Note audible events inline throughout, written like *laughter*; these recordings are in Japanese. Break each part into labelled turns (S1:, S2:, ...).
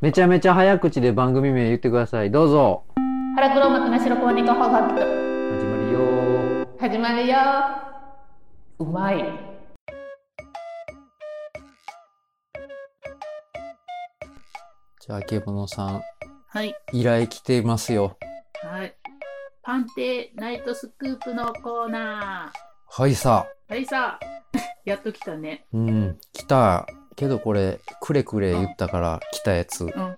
S1: めちゃめちゃ早口で番組名言ってください。どうぞ。
S2: 腹黒幕な白黒猫ハガキと
S1: 始まるよー。
S2: 始まるようまい
S1: じゃあ、あけぼのさん、
S2: はい
S1: 依頼来てますよ。
S2: はいパンテナイトスクープのコーナ
S1: はいさ。
S2: ーはいさ *laughs* やっと来たね
S1: うん、来た。けどこれ、くれくれ言ったから来たやつ。
S2: うん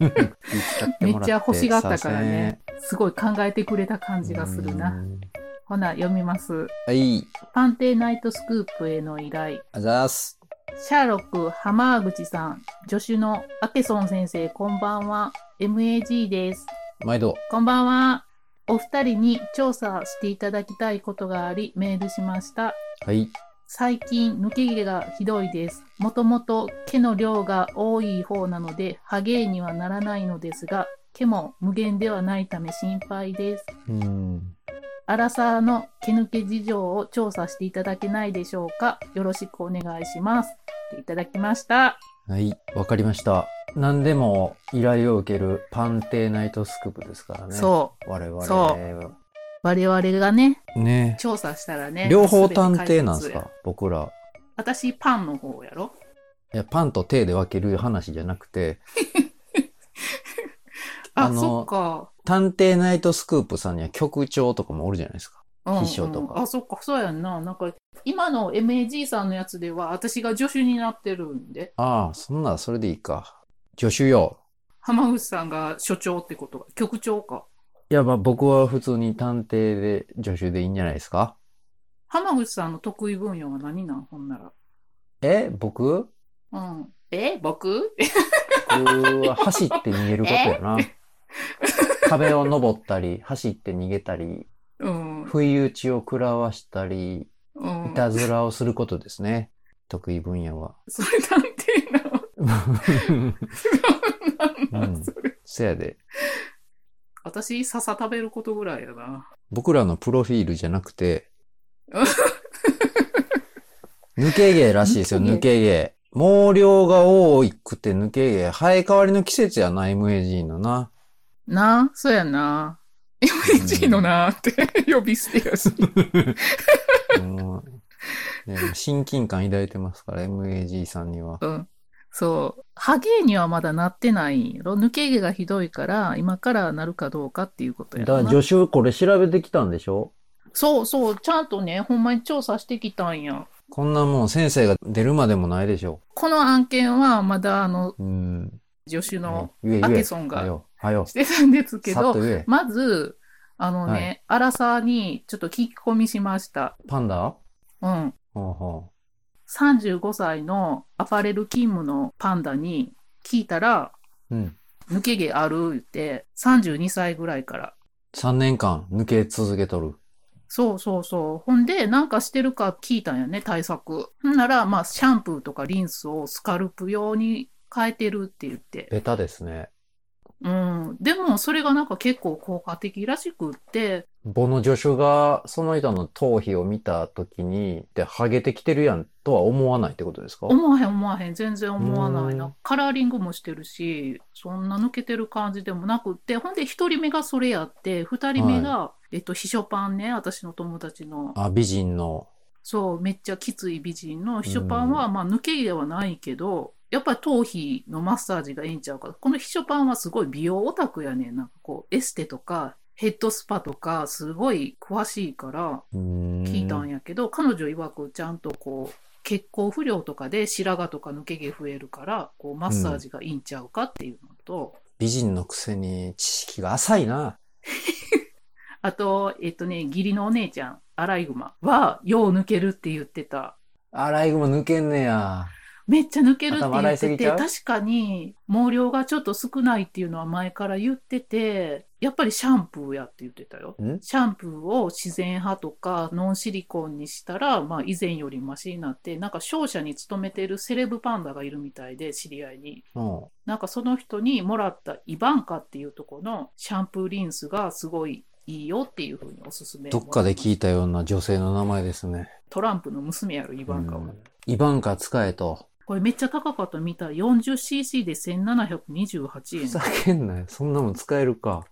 S1: 言ったって
S2: *laughs* め
S1: もら
S2: っ
S1: て
S2: ちゃ欲しがったからねすごい考えてくれた感じがする
S1: う
S2: なんほな読みます
S1: はい。
S2: パンテナイトスクープへの依頼
S1: あざーす。
S2: シャーロック浜口さん助手のアケソン先生こんばんは MAG です
S1: 毎度。
S2: こんばんは。お二人に調査していただきたいことがあり、メールしました。
S1: はい。
S2: 最近、抜け毛がひどいです。もともと毛の量が多い方なので、ハゲにはならないのですが、毛も無限ではないため心配です。
S1: うん。
S2: アラサーの毛抜け事情を調査していただけないでしょうか。よろしくお願いします。いただきました。
S1: はい。わかりました。何でも依頼を受けるパンテーナイトスクープですからね。
S2: そう。
S1: う。我々は。
S2: そ我々がね、
S1: ね
S2: 調査したらね。
S1: 両方探偵なんです
S2: 全て解決や
S1: か僕ら。
S2: 私、パンの方やろ。
S1: いや、パンと手で分ける話じゃなくて、
S2: あ、
S1: あの
S2: そっか。
S1: 探偵ナイトスクープさんには局長とかもおるじゃないですか。
S2: うん
S1: 秘書とか
S2: うんあ、そっか、そうやんな。なんか、今の MAG さんのやつでは、私が助手になってるんで、
S1: ああ、そんならそれでいいか。助手よ。
S2: 浜口さんが所長ってことが、局長か。
S1: いや、まあ僕は普通に探偵で助手でいいんじゃないですか
S2: 浜口さんの得意分野は何なんほんなら。
S1: え僕
S2: うん。え僕
S1: 僕は走って逃げることやな。壁を登ったり、走って逃げたり、
S2: うん。
S1: 不意打ちを食らわしたり、
S2: うん
S1: い。たずらをすることですね。得意分野は。
S2: それ探偵なのな
S1: うん
S2: なんんそれ。
S1: せやで。
S2: 私、笹食べることぐらいやな。
S1: 僕らのプロフィールじゃなく
S2: *laughs*
S1: て、抜け毛らしいですよ、抜
S2: 抜
S1: け毛。毛量が多くて抜け毛。生え変わりの季節やな、MAG のな。
S2: なそうやな。MAG のなって呼び捨てやし。
S1: もうね親近感抱いてますから、MAG さんには。
S2: うん。そう。ハゲにはまだなってないんやろ。抜け毛がひどいから、今からなるかどうかっていうことや
S1: だか
S2: ろ
S1: ら
S2: な。
S1: 助手、これ調べてきたんでしょ
S2: そうそう。ちゃんとね、ほんまに調査してきたんや。
S1: こんなもん先生が出るまでもないでしょ
S2: この案件は、まだあの、
S1: う。うん。
S2: 助手の
S1: ね言
S2: ア
S1: え
S2: ケ
S1: 言
S2: ソン
S1: え。は
S2: が
S1: よ。はよ
S2: し。てたんですけ
S1: さっと
S2: ど、
S1: 言え。
S2: まず、あのね、
S1: は
S2: アラサーにちょっと聞き込みしました。
S1: パンダ
S2: うん。
S1: ほうほ
S2: 35歳のアパレル勤務のパンダに聞いたら、
S1: う。うん。
S2: 抜け毛あるって、32歳ぐらいから。
S1: 3年間抜け続けとる。
S2: そうそうそう。ほんで、なんかしてるか聞いたんやね、対策。ほんなら、まあ、シャンプーとかリンスをスカルプ用に変えてるって言って。
S1: ベタですね。
S2: うん。でも、それがなんか結構効果的らしくって、
S1: ボの助手がその人の頭皮を見た時に、で、ハゲてきてるやんとは思わないってことですか
S2: 思わへん思わへん、全然思わない
S1: うん
S2: な。カラーリングもしてるし、そんな抜けてる感じでもなくって、ほんで、一人目がそれやって、二人目が、えっと、秘書パンね、私の友達の。
S1: あ、美人の。
S2: そう、めっちゃきつい美人の秘書パンは、まあ抜け毛ではないけど、やっぱり頭皮のマッサージがいいんちゃうか。この秘書パンはすごい美容オタクやねん。なんかこう、エステとか、ヘッドスパとか、すごい詳しいから
S1: うーん。
S2: 聞いたんやけど、彼女曰くちゃんとこう、血行不良とかで白髪とか抜け毛増えるから、こう、マッサージがいいんちゃうかっていうのと、
S1: 美人のくせに知識が浅いな。
S2: あと、えっとね、義理のお姉ちゃん、アライグマは、よう抜けるって言ってた。
S1: アライグマ抜けんねや。
S2: めっちゃ抜けるって
S1: 頭洗
S2: 言
S1: い
S2: っ
S1: すぎ
S2: て
S1: ち
S2: て、
S1: ゃう
S2: 確かに毛量がちょっと少ないっていうのは前から言ってて、やっぱりシャンプーやって言ってたよ。
S1: ん
S2: シャンプーを自然派とかノンシリコンにしたら、まあ以前よりマシになって、なんか商社に勤めてるセレブパンダがいるみたいで、知り合いに。
S1: うん。
S2: なんかその人にもらったイバンカっていうとこのシャンプーリンスがすごいいいよっていうふうにおすすめ。
S1: どっかで聞いたような女性の名前ですね。
S2: トランプの娘やろ、イバンカは。
S1: うんイバンカ使えと。
S2: これめっちゃ高かったみたい。40cc で1728
S1: ふ
S2: 円
S1: ざ。けんなよ。そんなもん使えるか。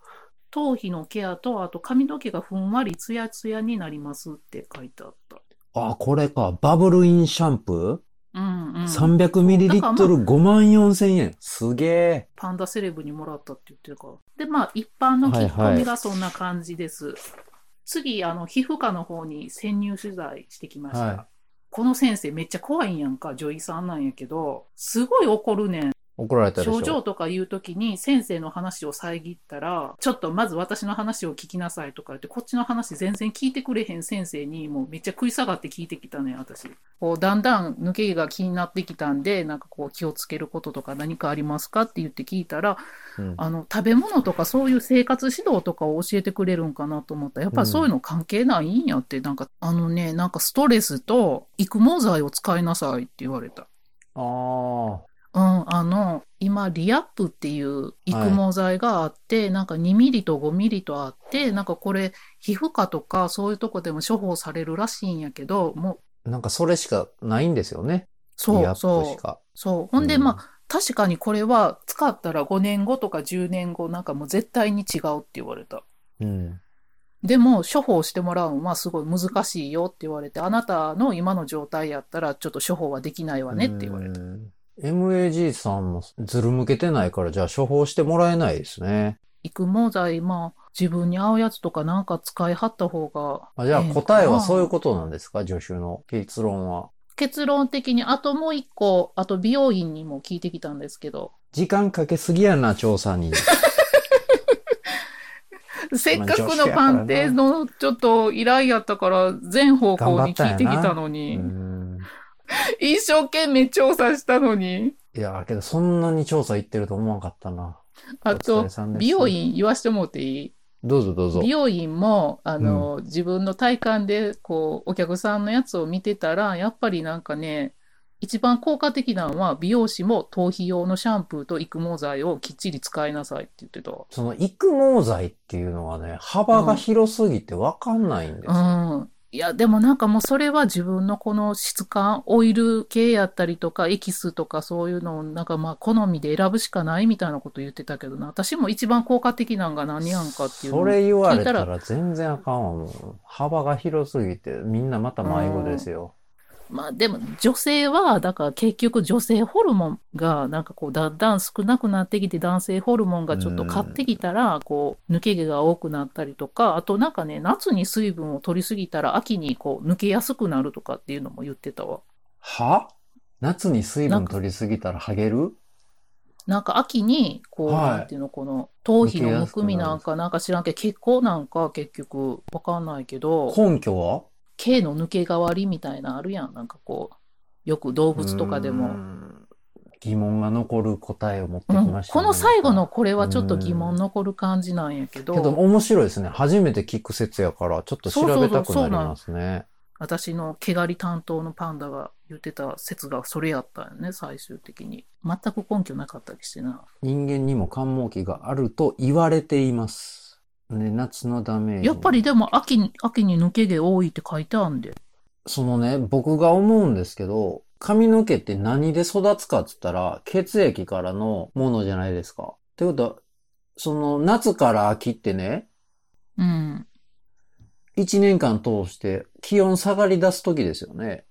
S2: 頭皮のケアと、あと髪の毛がふんわりツヤツヤになりますって書いてあった。
S1: あ、これか。バブルインシャンプ
S2: うんう
S1: ー、
S2: ん。
S1: ?300ml5 万4千円。すげえ。
S2: パンダセレブにもらったって言ってるから。で、まあ、一般の切り込みがそんな感じです。次、あの、皮膚科の方に潜入取材してきました。
S1: は
S2: この先生めっちゃ怖いんやんか、女医さんなんやけど、すごい怒るねん。
S1: 怒られたでしょ。
S2: 症状とか言う時に先生の話を遮ったら、ちょっとまず私の話を聞きなさいとか言って、こっちの話全然聞いてくれへん先生に、もうめっちゃ食い下がって聞いてきたねん、私。こう、だんだん抜け毛が気になってきたんで、なんかこう気をつけることとか何かありますかって言って聞いたら、
S1: うん
S2: あの、食べ物とかそういう生活指導とかを教えてくれるんかなと思ったら、やっぱりそういうの関係ないんやって、なんか、あのね、なんかストレスと育毛剤を使いなさいって言われた。
S1: あ
S2: うん、あの、今、リアップっていう育毛剤があって、なんか2ミリと5ミリとあって、なんかこれ、皮膚科とかそういうとこでも処方されるらしいんやけど、もう、
S1: あ。なんかそれしかないんですよね。
S2: そ
S1: リア
S2: う、
S1: ップ
S2: そ
S1: し
S2: う、
S1: か。
S2: そう。ほんで、
S1: うん
S2: まあ、確かにこれは使ったら5年後とか10年後、なんかもう絶対に違うって言われた。
S1: うん。
S2: でも、処方してもらうのはすごい難しいよって言われて、あなたの今の状態やったら、ちょっと処方はできないわねって言われた。
S1: うん。MAG さんもずる向けてないから、じゃあ処方してもらえないですね。
S2: 育毛剤、まあ、自分に合うやつとかなんか使いはった方が、
S1: あじゃあ答えはそういう
S2: と。
S1: ことなんですか助手の結論は。
S2: 結論的に、あともう一個、あと美容院にも聞いてきたんですけど、
S1: 時間かけすぎやな、調査
S2: *laughs*
S1: に。
S2: せっかくの鑑定のちょっと依頼やったから、全方向に聞いてきたの
S1: う
S2: に、
S1: ん。
S2: 一生懸命調査したのに、
S1: いや、けどそんなに調査行ってると思わなかったな。
S2: あ
S1: お疲
S2: と
S1: れ、さんです
S2: 美容院言わしてもうていい
S1: どうぞどうぞ
S2: 美。容院もあの、自分の体感でこうお客さんのやつを見てたらやっぱりなんかね一番効果的なのは美容師も頭皮用のシャンプーと育毛剤をきっちり使いなさいって言ってた。
S1: その育毛剤っていうのはね、幅が広すぎてわかんないんですよ。
S2: うん、いやでもなんかもうそれは自分のこの質感オイル系やったりとかエキスとかそういうのをなんかまあ好みで選ぶしかないみたいなこと言ってたけどな私も一番効果的なんが何やんかっていうの
S1: それ言われた
S2: 聞いた
S1: ら全然あかんわ、もう。幅が広すぎて、みんなまた迷子ですよ。
S2: まあでも女性は、だから結局女性ホルモンがなんかこうだんだん少なくなってきて男性ホルモンがちょっと買ってきたら、こう抜け毛が多くなったりとか、あとなんかね、夏に水分を取りすぎたら秋にこう抜けやすくなるとかっていうのも言ってたわ。
S1: は夏に水分取りすぎたらハゲる
S2: なんか秋にこう、
S1: はい
S2: なんていうの、この頭皮のむくみなんかなんか知らんけど、血行なんか結局わかんないけど、
S1: 根拠は
S2: 毛の抜け変わりみたいなのあるやん。なんかこう、よく動物とかでも。
S1: うん疑問が残る答えを持ってき
S2: うん
S1: ましたね、
S2: この最後のこれはちょっと疑問残る感じなんやけど、
S1: けど面白いですね。初めて聞く説やから、ちょっと調べたくなりますね。
S2: 私の毛刈り担当のパンダが言ってた説がそれやったよね、最終的に。全く根拠なかったりしてな。
S1: 人間にも寒毛期があると言われています。ね、夏のダメージ。
S2: やっぱりでも秋に、秋に抜け毛多いって書いてあんで。
S1: そのね、僕が思うんですけど、髪の毛って何で育つかって言ったら、血液からのものじゃないですか。ってことは、その夏から秋ってね、
S2: うん。
S1: 1年間通して気温下がり出す時ですよね。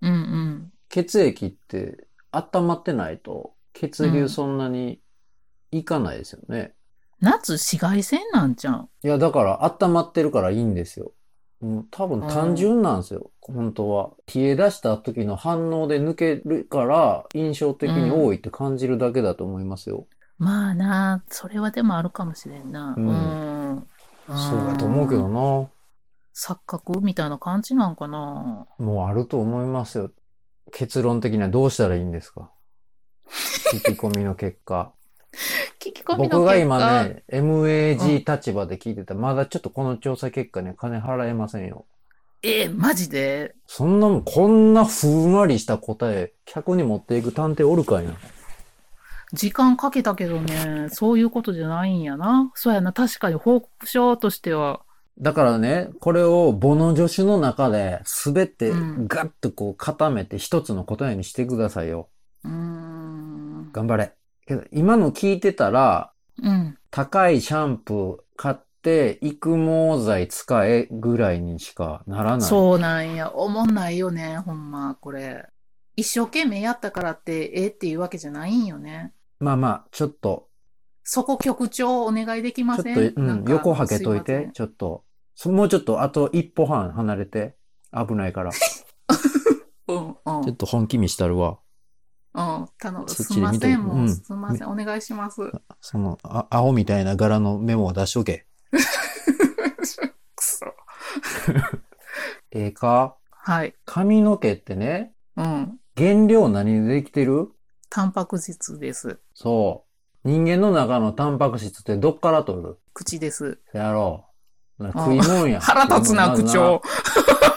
S2: うんうん。
S1: 血液って温まってないと血流そんなにいかないですよね。
S2: 夏紫外線なんじゃん。
S1: いや、だから温まってるからいいんですよ。もう多分単純なんですよ、本当は。冷え出した時の反応で抜けるから印象的に多いって感じるだけだと思いますよ。
S2: まあな、それはでもあるかもしれんな。
S1: うん
S2: うん。
S1: そうだと思うけど
S2: ん。
S1: な。
S2: 錯覚みたいな感じなんかな。
S1: もうあると思いますよ。結論的にはどうしたらいいんです
S2: *laughs*
S1: か聞き込みの結果。
S2: 聞き込みの結果
S1: 僕が今ね、MAG 立場で聞いてた、まだちょっとこの調査結果ね、金払えませんよ。
S2: えー、マジで
S1: そんなもん、こんなふんわりした答え、客に持っていく探偵おるかいな。
S2: 時間かけたけどね、そういうことじゃないんやな。そうやな、確かに報告書としては。
S1: だからね、これをボの助手の中で、すべて
S2: うん
S1: ガッとこう固めて一つの答えにしてくださいよ。頑張れ。けど、今の聞いてたら、
S2: うん。
S1: 高いシャンプー買って、育毛剤使えぐらいにしかならない。
S2: そうなんや。おもんないよね、ほんま、これ。一生懸命やったからって、ええっていうわけじゃないんよね。
S1: まあまあ、ちょっと、
S2: そこ局長お願いできま
S1: ちょっと、
S2: せん
S1: う
S2: なん
S1: ん、
S2: か
S1: 横はけとい
S2: すませ
S1: て、
S2: ん
S1: ちょっと。そもうちょっと、あと一歩半離れて。危ない
S2: *laughs*
S1: から。ち
S2: うんうん。う
S1: ょっと本気見したるわ。
S2: ん。頼む。
S1: そっ
S2: す
S1: ち
S2: い
S1: で
S2: ま
S1: 見と
S2: せ
S1: いて
S2: ん、も
S1: う
S2: う。
S1: ん
S2: すいません。お願いします。
S1: その、あ、青みたいな柄のメモを出しとけ。
S2: くそ。
S1: ええか
S2: *laughs* はい。
S1: 髪の毛ってね、
S2: うん。
S1: 原料何でできてる
S2: タンパク質です。
S1: そう。人間の中のタンパク質ってどっから取る
S2: 口です。
S1: せやろう。な食いもんや。
S2: *laughs* 腹立つな、
S1: 食い
S2: 口
S1: もん
S2: 調。 *laughs*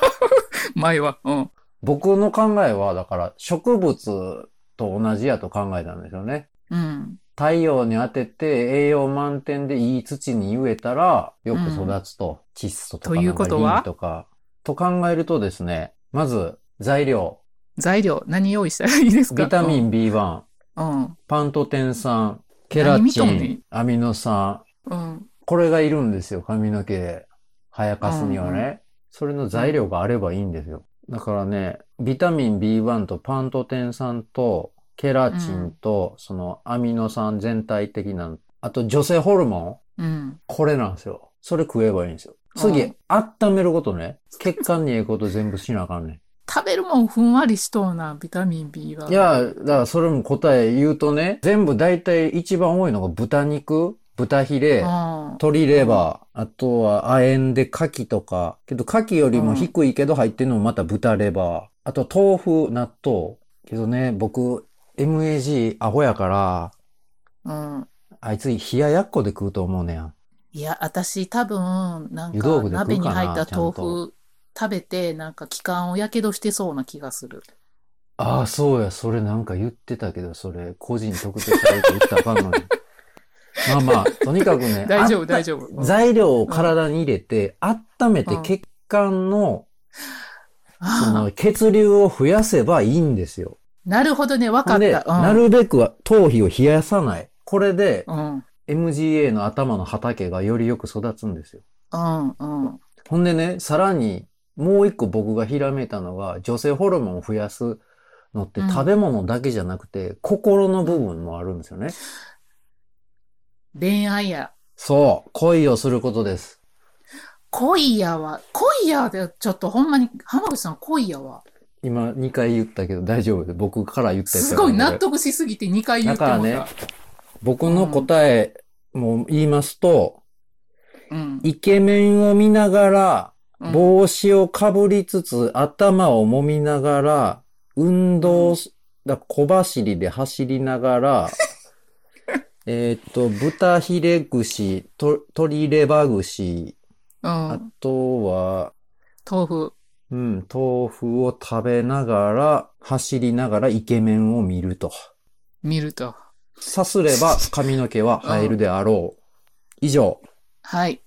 S2: 前は。うん。
S1: 僕の考えは、だから、植物と同じやと考えたんですよね。
S2: うん。
S1: 太陽に当てて栄養満点でいい土に植えたら、よく育つと。窒素とか、
S2: ということは
S1: なんかリンとか。と考えるとですね、まず、材料。
S2: 材料、何用意したらいいですか
S1: ビタミ
S2: ン。
S1: ン B1、
S2: うん。
S1: パントテン酸、ケラ
S2: 何見
S1: チ
S2: とんねん
S1: ン、アミノ酸、
S2: うん。
S1: これがいるんですよ、髪の毛生かすにはね。
S2: うん
S1: それの材料があればいいんですよ。だからね、ビタミン B1 とパントテン酸とケラチンと、そのアミノ酸全体的な、あと女性ホルモン、
S2: うん。
S1: これなんですよ。それ食えばいいんですよ。次、
S2: うん
S1: 温めることね。血管にええこと全部しなあかんね
S2: 食べるもんふんわりしとうな、ビタミン B は。
S1: ん。い、や、だからそれも答え言うとね、全部大体一番多いのが豚肉、豚ヒレ、
S2: うん。
S1: 鶏レバー、あとは亜鉛で牡蠣とか、けど牡蠣よりも低いけど入ってるのもまた豚レバー。あと豆腐、納豆。けどね、僕、MAG アホやから、
S2: うん。
S1: あいつ冷ややっこで食うと思うねや。
S2: いや、私多分、なん
S1: 湯
S2: か
S1: 豆腐で食うかな
S2: 鍋に入った
S1: ちゃん
S2: 豆
S1: と
S2: 腐食べて、なんか気管をやけどしてそうな気がする。、
S1: ああ、そうや、それなんか言ってたけど、それ、個人特定されて言ったらあかんのに。まあまあ、とにかくね
S2: 大丈夫、
S1: あった
S2: 大丈夫。うん
S1: 材料を体に入れて、温めて
S2: うん
S1: 血管の、そ
S2: あ
S1: の血流を増やせばいいんですよ。
S2: ーなるほどね、わかっ
S1: で、
S2: た。うん
S1: なるべくは頭皮を冷やさない。これで
S2: うん。うん。
S1: MGA の頭の畑がよりよく育つんですよ。
S2: うん。
S1: ほんでね、さらにもう一個僕がひらめいたのが女性ホルモンを増やすのって
S2: うん
S1: 食べ物だけじゃなくて、心の部分もあるんですよね。
S2: 恋愛や。
S1: そう、恋をすることです。
S2: 恋やわ。恋やで、ちょっとほんまに、浜口さん恋やわ。
S1: 今2回言ったけど大丈夫で僕から言ったやつ
S2: す
S1: やから
S2: ごい納
S1: これ
S2: 得しすぎて2回言って
S1: だか
S2: もう
S1: らね
S2: た。
S1: 僕の答えも言いますと、
S2: うん。
S1: イケメンを見ながら、
S2: うん
S1: 帽子をかぶりつつ、頭を揉みながら、運動す、だ小走りで走りなが
S2: *laughs*
S1: ら、えーっと、豚ヒレ串、と鶏レバ串、
S2: う
S1: あ
S2: ん。
S1: とは、
S2: 豆腐。
S1: うん、豆腐を食べながら、走りながらイケメンを見ると。
S2: 見ると。
S1: さすれ
S2: *laughs*
S1: ば髪の毛は生えるであろう。以上、
S2: はい。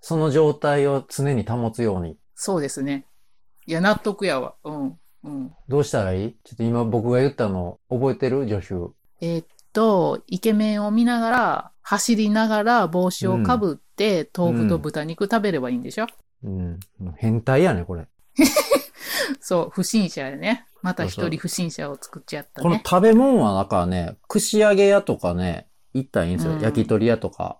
S1: その状態を常に保つように。
S2: そうですね。いや、納得やわ。うん。うん。
S1: どうしたらいいちょっと今僕が言ったの覚えてる助手。
S2: えーっと、イケメンを見ながら、走りながら帽子をかぶって、豆腐と豚肉食べればいいんでしょ、
S1: うん。もう変態やね、これ。
S2: そう、不審者やね。また
S1: そう
S2: 一
S1: そう
S2: 人不審者を作っちゃった
S1: この
S2: ね。
S1: 食べ物はだからね、串揚げ屋とかね、行ったらいいんですよ。
S2: うん
S1: 焼き鳥屋とか。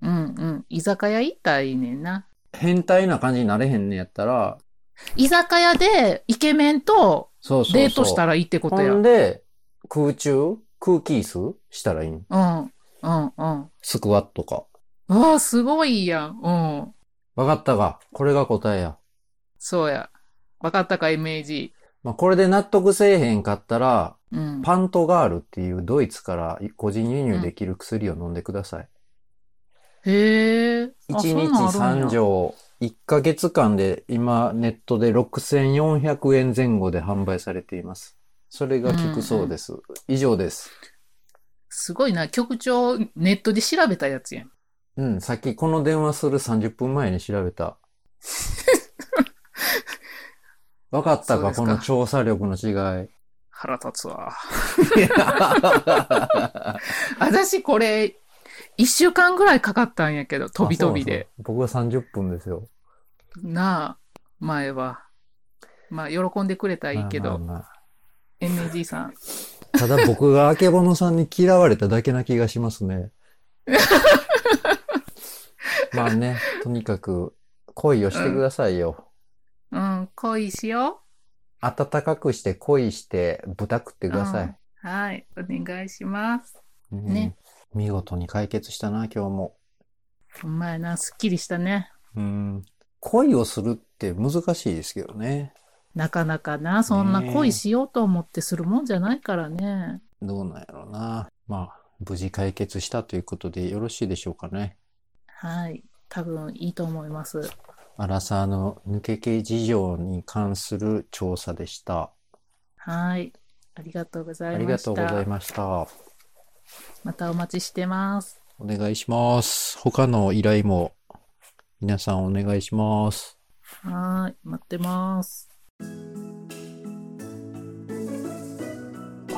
S2: うんうん。居酒屋行ったらいいねんな。
S1: 変態な感じになれへんねやったら、
S2: 居酒屋でイケメンと
S1: そうそうそう。
S2: デートした
S1: ら
S2: らいいってこと
S1: ほ
S2: や。うん
S1: んで、空中、空気椅子したらいいん。
S2: うんうん。
S1: スクワットか。
S2: わあ、すごいやん。うん。
S1: わかったか。これが答えや。
S2: そうや。わかったか、イメージ。
S1: まあ、これで納得せえへんかったら、
S2: うん。
S1: パントガールっていうドイツから個人輸入できる薬を飲んでください。
S2: へえ。あ
S1: 1日
S2: そんなんある
S1: 3
S2: んや
S1: 錠、1ヶ月間で今ネットで6400円前後で販売されています。それが効くそうです。以上です。
S2: すごいな。局長、ネットで調べたやつやん。
S1: うん、さっきこの電話する30分前に調べ
S2: *laughs*
S1: た。わかった
S2: そう
S1: か
S2: です
S1: こ
S2: か
S1: の調査力の違い。
S2: 腹立つわ。私これ、一週間ぐらいかかったんやけど、 *laughs* 飛び飛びで。
S1: あ。 *laughs* そうなんですよ僕は30分ですよ。
S2: なあ、前は。まあ、喜んでくれたらいいけど、
S1: まあまあま
S2: NG さん。
S1: あただ僕があけぼのさんに嫌われただけな気がします *laughs* ね。まあね、とにかく恋をしてくださいよ。
S2: うん、恋しよ
S1: 暖かくして恋して豚食って
S2: う。
S1: ください。
S2: うんはい、お願いします。
S1: うん
S2: ね
S1: 見事に解決したな、今日も。
S2: お前な、すっきりしたね。
S1: うん。恋をするって難しいですけどね。
S2: なかなかな、そんな恋しようと思ってするもんじゃないからね。
S1: どうなんやろうな。まあ、無事解決したということでよろしいでしょうかね。
S2: はい、多分いいと思います。
S1: アラサーの抜け毛事情に関する調査でした。
S2: はい、ありがとうござ
S1: あ
S2: い
S1: り
S2: ま
S1: が
S2: し
S1: と
S2: た。
S1: うございました。
S2: またお待ちしてます。
S1: お願いします。他の依頼も皆さんお願いします。
S2: はい、待ってます。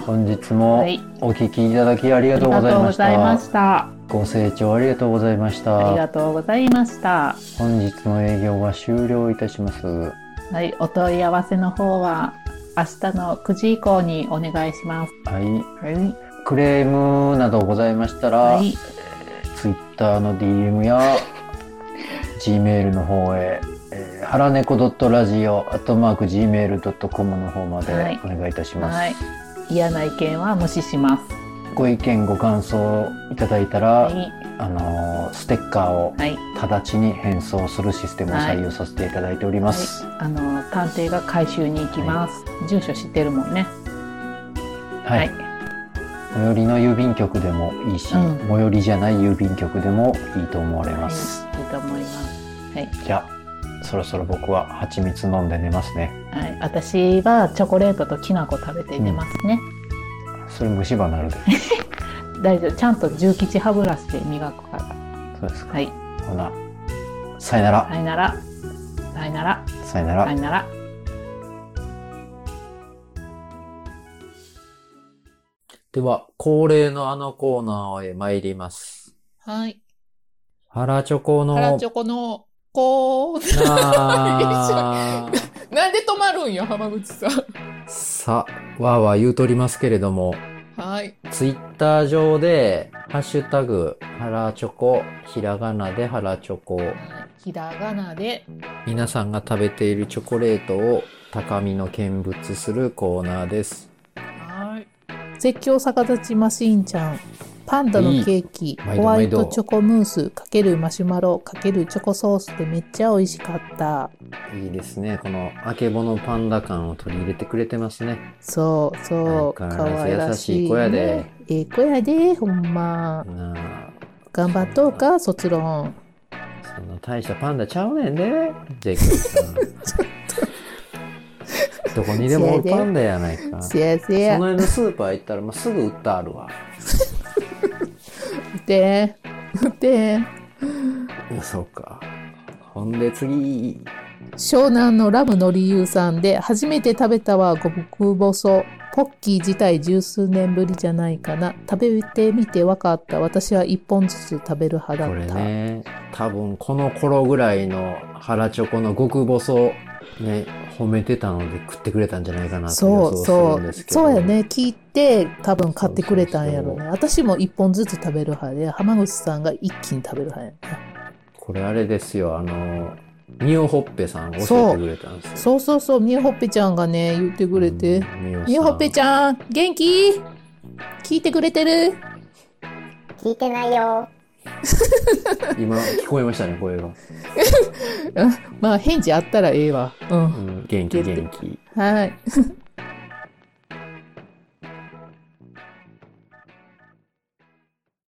S1: 本日も
S2: はい、
S1: お聞きいただきありがとうございました。
S2: した。
S1: ご清聴ありがとうございまし
S2: あり
S1: た。
S2: がとうございました。
S1: 本日の営業は終了いたします。
S2: はい、お問い合わせの方は明日の9時以降にお願いします。
S1: はい。
S2: はい、
S1: クレームなどございましたら、
S2: はい、
S1: Twitter の DM や Gmail の方へ、えー、はらねこ .radio.gmail.com の方ま
S2: は
S1: で
S2: い
S1: お願いいたします。
S2: はい、嫌な意見は無視します。
S1: ご意見ご感想いただいたら、
S2: はい、
S1: あのーステッカーを
S2: はい、
S1: 直ちに変装するシステムを採用させていただいております。
S2: あの探偵が回収に行きます。住所知ってるもんね。
S1: はい、最寄りの郵便局でもいいし、
S2: うん
S1: 最寄りじゃない郵便局でもいいと思われ
S2: はい、
S1: ます。
S2: いいと思います。
S1: じゃあそろそろ僕は蜂蜜飲んで寝ますね。
S2: はい、私はチョコレートときな粉食べて寝ますね。
S1: それ虫歯なる
S2: *laughs*
S1: で。
S2: 大丈夫、ちゃんと重吉歯ブラシで磨くから。
S1: そうですか。
S2: はい、
S1: ほな、さよなら、
S2: さよなら、さよなら、
S1: さよなら
S2: さ。よなら。
S1: では、恒例のあのコーナーへ参ります。
S2: はい、
S1: ハラチョコの
S2: ラコのこ
S1: な
S2: う。
S1: ー
S2: *laughs* なんで止まるんよ、浜口さん。
S1: さあ、わーわー言うとりますけれども、
S2: はい。
S1: ツイッター上で、ハッシュタグ、ハラチョコ、ひらがなでハラチョコ、
S2: ひらがなで、
S1: 皆さんが食べているチョコレートを高みの見物するコーナーです。
S2: はい。絶叫逆立ちマシーンちゃん、パンダのケーキ、
S1: 毎度
S2: ホワイ
S1: 毎
S2: ト
S1: 度
S2: チョコムース、かけるマシュマロ、かけるチョコソースでめっちゃ美味しかった。
S1: いいですね。この、あけぼのパンダ感を取り入れてくれてますね。
S2: そうそう、
S1: 相
S2: か
S1: 変わらず
S2: わいらしい、
S1: 優しい子やで。
S2: ええ子やで、ほんま。
S1: な
S2: 頑張っとうか、卒論。
S1: あ、そんな大したパンダちゃうねんで、ジェイコブさん
S2: *laughs*
S1: どこにでもおるパンダやないか。
S2: せやせ
S1: そ
S2: や
S1: の。辺のスーパー行ったら、まあ、すぐ売ってあるわ。
S2: 打て、打て。
S1: そうか。ほんで次。
S2: 湘南のラムの理由さんで初めて食べたは極細ポッキー自体十数年ぶりじゃないかな食べてみて分かった私は一本ずつ食べる派だ
S1: こ
S2: った
S1: れね、多分この頃ぐらいの腹チョコの極細、ね、褒めてたので食ってくれたんじゃないかなと予
S2: そ
S1: 想
S2: うそ
S1: するんで
S2: う
S1: すけど。
S2: そうやね聞いて多分買ってくれたんやろ
S1: そうう
S2: ね私も一本ずつ食べる派で浜口さんが一気に食べる派やね
S1: これあれですよ、あの、ミオホッペさんが教えてくれたんですよ。
S2: そうそうそうみえほっぺちゃんがね言ってくれて
S1: うん。ミオ
S2: みえほっぺち
S1: ゃん。
S2: ゃん元気聞いてくれてる
S3: 聞いてないよ。
S1: 今聞こえましたね、声が。
S2: まあ返事あったらええわうん
S1: うん、元気元気。
S2: はい。